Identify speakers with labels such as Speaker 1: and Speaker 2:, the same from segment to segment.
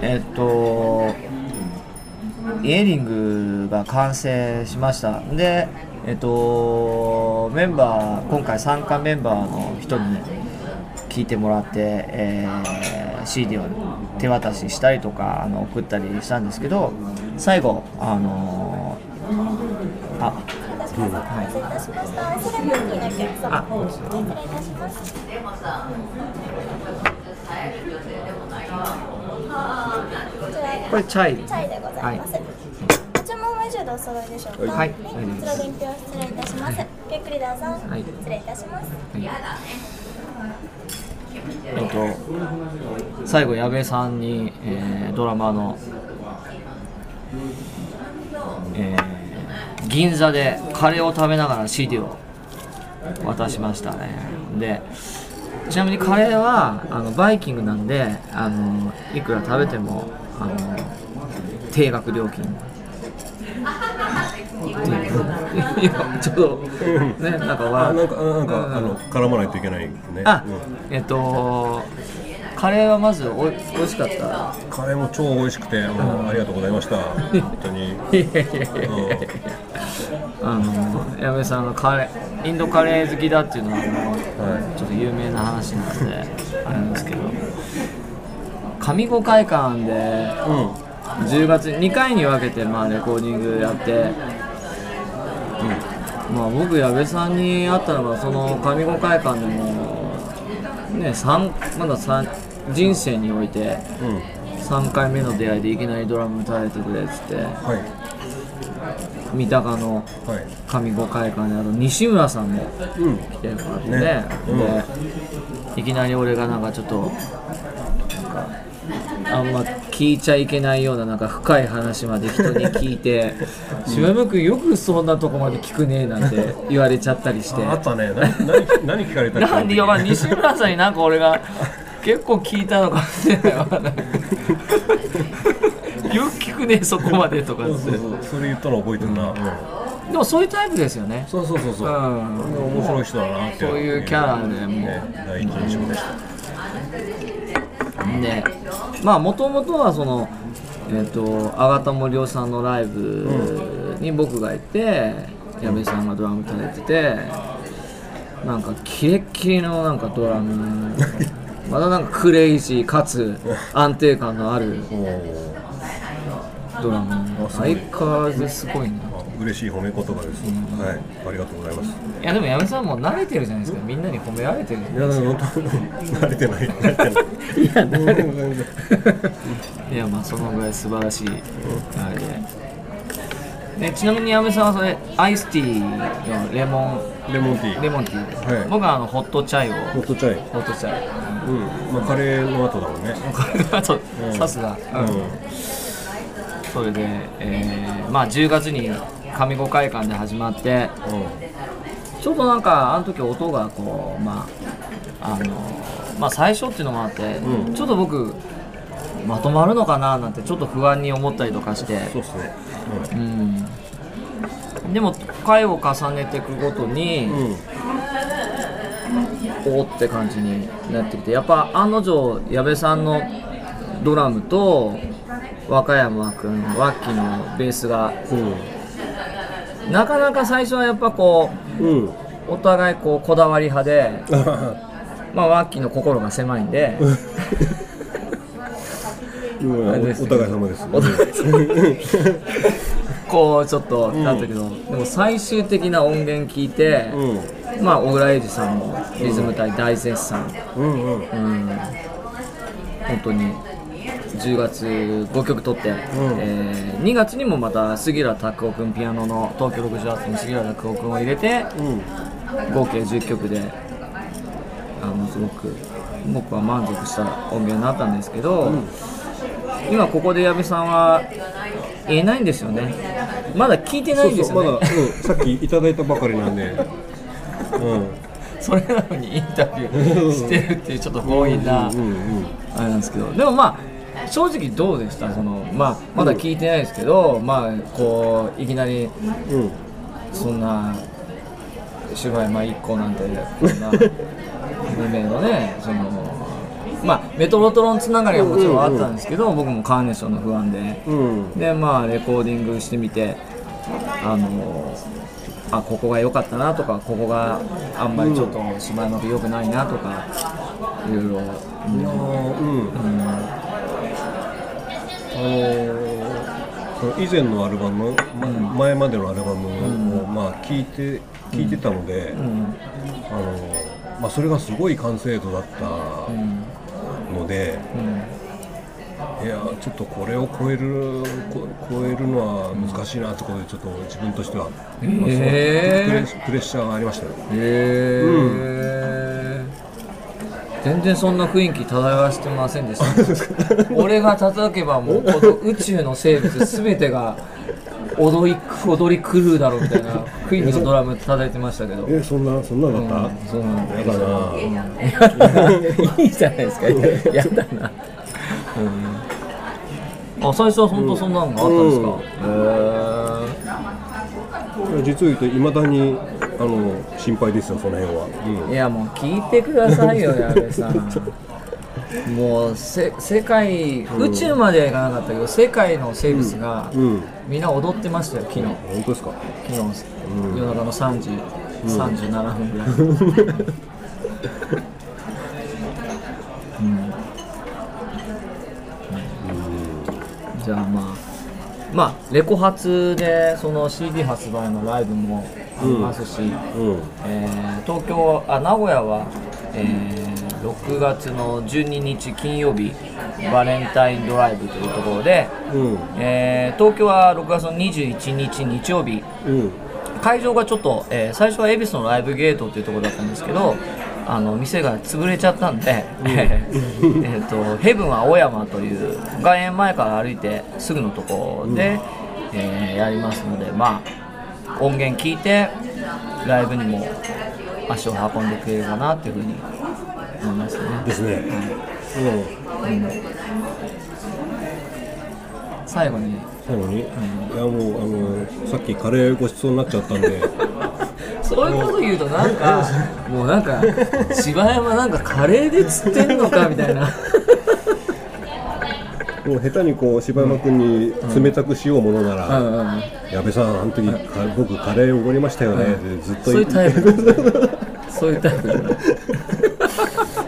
Speaker 1: えっとイエリングが完成しましたでえっとメンバー今回参加メンバーの人に聞いてもらって、えー CD を手渡ししたりとかあの送ったりしたんですけど最後あのあ
Speaker 2: 失礼いたしました。それ何人だっけ？失
Speaker 1: あ
Speaker 2: 礼いたしました。こちら
Speaker 1: これチャイ
Speaker 2: チャイでございます。ご注文は以上でお揃いでしょうか。
Speaker 1: はい
Speaker 2: こちら伝票失礼いたします。ゆっくりどうぞ。
Speaker 1: はい
Speaker 2: 失礼いたします。
Speaker 1: えっと、最後矢部さんに、えードラマーの、えー銀座でカレーを食べながら CD を渡しましたねでちなみにカレーはあのバイキングなんであのいくら食べてもあの定額料金っていういやちょっとねなんか
Speaker 3: あ
Speaker 1: わ
Speaker 3: なんかあなん
Speaker 1: う
Speaker 3: か
Speaker 1: ん
Speaker 3: あの絡まないといけないね。
Speaker 1: あ
Speaker 3: うん、
Speaker 1: えっと、カレーはまずおい美味しかった。
Speaker 3: カレーも超美味しくて、うんありがとうございました。本当に。
Speaker 1: いやいやいやいやいや。あの、矢部さんのカレー、インドカレー好きだっていうのは、あのちょっと有名な話なんで、あれなんですけど。上五会館で、
Speaker 3: うん。
Speaker 1: 10月2回に分けてまあレコーディングやって、まあ、僕矢部さんに会ったのがその上五会館でもね三まだ三人生において
Speaker 3: うん。
Speaker 1: 3回目の出会いでいきなりドラム叩いてくれっつって
Speaker 3: はい。
Speaker 1: 三鷹の
Speaker 3: はい。
Speaker 1: 上五会館であと西村さんも
Speaker 3: うん。
Speaker 1: 来てもらってね
Speaker 3: ね
Speaker 1: でいきなり俺がなんかちょっとなんかあんま聞いちゃいけないようななんか深い話まで人に聞いて「柴山君よくそんなとこまで聞くね」なんて言われちゃったりして
Speaker 3: あったね。な何何聞かれたっけ
Speaker 1: なんでやばい西村さんになんか俺が結構聞いたのかもしれないわなんかよく聞くねそこまでとかっ
Speaker 3: そう
Speaker 1: て
Speaker 3: そうそう。それ言ったの覚えてるな。うん。
Speaker 1: でもそういうタイプですよね
Speaker 3: そうそうそうそう。
Speaker 1: うん
Speaker 3: 面白い人だなって。
Speaker 1: そういうキャラでもう
Speaker 3: ね、第一印象でした。
Speaker 1: でまあもともとはそのえっ、とあがたもりょうさんのライブに僕がいて、矢部さんがドラム叩いててなんかキレッキレのなんかドラムまだなんかクレイジーかつ安定感のある
Speaker 3: おお。
Speaker 1: ドラム
Speaker 3: あすごい
Speaker 1: 相変わらずすごいな
Speaker 3: あ嬉しい褒め言葉です。はい。ありがとうございます。
Speaker 1: いやでも矢部さんもう慣れてるじゃないですかみんなに褒められてる
Speaker 3: いや、でも本当慣れ てない。慣れてない。
Speaker 1: いや
Speaker 3: うん全然
Speaker 1: いやまあそのぐらい素晴らしいあれででちなみに矢部さんはそれアイスティーのレモ
Speaker 3: レモンティ
Speaker 1: ン
Speaker 3: ー。
Speaker 1: レモンティーです、
Speaker 3: はい
Speaker 1: 僕はあのホットチャイを
Speaker 3: ホットチャイ。
Speaker 1: ホットチャイ
Speaker 3: うん。まあカレーの後だもんね。
Speaker 1: あと
Speaker 3: うん
Speaker 1: さすが、
Speaker 3: う
Speaker 1: うんんそれで、えーまあ10月に上五会館で始まってちょっとなんかあの時音がこうまああのまあ最初っていうのもあって、
Speaker 3: うん
Speaker 1: ちょっと僕まとまるのかななんてちょっと不安に思ったりとかして
Speaker 3: そうっすね。
Speaker 1: うんでも回を重ねていくごとに
Speaker 3: う、ん。うん。
Speaker 1: おーって感じになってきてやっぱ案の定矢部さんのドラムと和歌山君ワッキーのベースがなかなか最初はやっぱこ
Speaker 3: うん。うん。
Speaker 1: うお互いこうこだわり派 で、まあ、ワッキーの心が狭いんで。
Speaker 3: うん
Speaker 1: あれで
Speaker 3: お
Speaker 1: す
Speaker 3: お互い様です。
Speaker 1: お互い様こうちょっとなったけど、でも最終的な音源聞いて、
Speaker 3: うん。
Speaker 1: まあ小倉英二さんもリズム隊大絶賛、
Speaker 3: うんうん。
Speaker 1: うん、本当に10月5曲取って、えー2月にもまた杉浦拓夫君ピアノの東京68の杉浦拓夫君を入れて
Speaker 3: うん。
Speaker 1: 合計10曲であのすごく僕は満足した音源になったんですけど、今ここで矢部さんは言えないんですよねまだ聞いてな
Speaker 3: そ
Speaker 1: いん
Speaker 3: う
Speaker 1: です
Speaker 3: そう、まだ、
Speaker 1: よ
Speaker 3: うん
Speaker 1: ね、
Speaker 3: さっきいただいたばかりなんで。 うん。
Speaker 1: それなのにインタビューしてるっていうちょっと強引な
Speaker 3: うんうん。
Speaker 1: あれなんですけどでもまあ正直どうでしたその、まあ、まだ聞いてないですけど、まあこういきなり
Speaker 3: うん。
Speaker 1: そんな芝居まあ一個なんてこんな無名のねそのまあ、メトロトロンつながりはもちろんあったんですけど、僕もカーネーションの不安で、
Speaker 4: うん
Speaker 1: でまあレコーディングしてみてあのあここが良かったなとかここがあんまりちょっと芝山く良くないなとかいろいろ、うん
Speaker 4: うん
Speaker 3: あのーその以前のアルバム、ま前までのアルバムを、まあ聞いて聞いてたので、あのーまあそれがすごい完成度だったので、いやちょっとこれを超えるこ超えるのは難しいなってことでちょっと自分としては、まあすごいプレ
Speaker 1: へ
Speaker 3: プレッシャーがありましたよ。
Speaker 1: えへえ全然そんな雰囲気漂わせてませんで した俺が叩けばもうこの宇宙の生物全てが踊り踊り狂うだろうみたいなクイーンのドラム叩いてましたけど
Speaker 4: えそんなそんなのだっ
Speaker 1: そうなんだ
Speaker 3: だから
Speaker 1: いいじゃないですか。やだな。あ、最初は本当そんなのがあったんですか。
Speaker 3: いや実を言うといまだにあの心配ですよその辺は、
Speaker 1: へーいやもう聞いてくださいよ、矢部さん。もうせ世界宇宙まではいかなかったけど、世界の生物が
Speaker 3: うんうん
Speaker 1: みんな踊ってましたよ、昨日。
Speaker 3: 本当ですか
Speaker 1: 昨日夜中の3時、37分ぐらい、うん、じゃあまあまあレコ発でその CD 発売のライブもありますし、
Speaker 3: うん
Speaker 1: えー東京あ名古屋は、えー6月の12日金曜日バレンタインドライブというところで、
Speaker 3: うん
Speaker 1: えー東京は6月の21日日曜日
Speaker 3: うん
Speaker 1: 会場がちょっと、えー最初は恵比寿のライブゲートというところだったんですけどあの店が潰れちゃったんで、えっとヘブンは青山という外苑前から歩いてすぐのところで、えーやりますのでまあ音源聞いてライブにも足を運んでくれるかなっていうふうに思いますね
Speaker 3: ですねうん
Speaker 1: 最後に
Speaker 3: 最後に、いやもうあのさっきカレーごちそうになっちゃったんで
Speaker 1: そういうこと言うとなん かもうなんか芝山なんかカレーで釣ってんのかみたいな。
Speaker 3: もう下手にこう柴山君に冷たくしようものなら、
Speaker 1: うんうん
Speaker 3: 矢部さんあの時か僕カレーおごりましたよね、ってずっと
Speaker 1: そうい
Speaker 3: 言
Speaker 1: うタ
Speaker 3: って
Speaker 1: イプそういうタイプ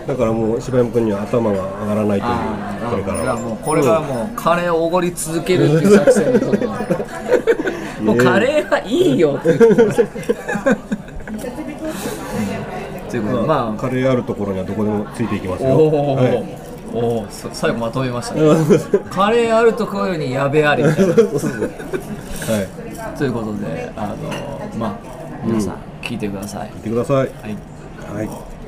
Speaker 3: だからもう柴山君には頭が上がらないというこれからは
Speaker 1: もうこれからもうカレーをおごり続けるって いう作戦のもうカレーはいい よって言ってますということで
Speaker 3: まあ、
Speaker 1: まあ
Speaker 3: カレーあるところにはどこでもついていきますよ
Speaker 1: おお、
Speaker 3: はい
Speaker 1: おおそ最後まとめましたねカレーあるところにやべありみたいな
Speaker 3: はい、
Speaker 1: ということであのまあ皆さん聞いてください、
Speaker 3: 行ってください
Speaker 1: はい
Speaker 3: はい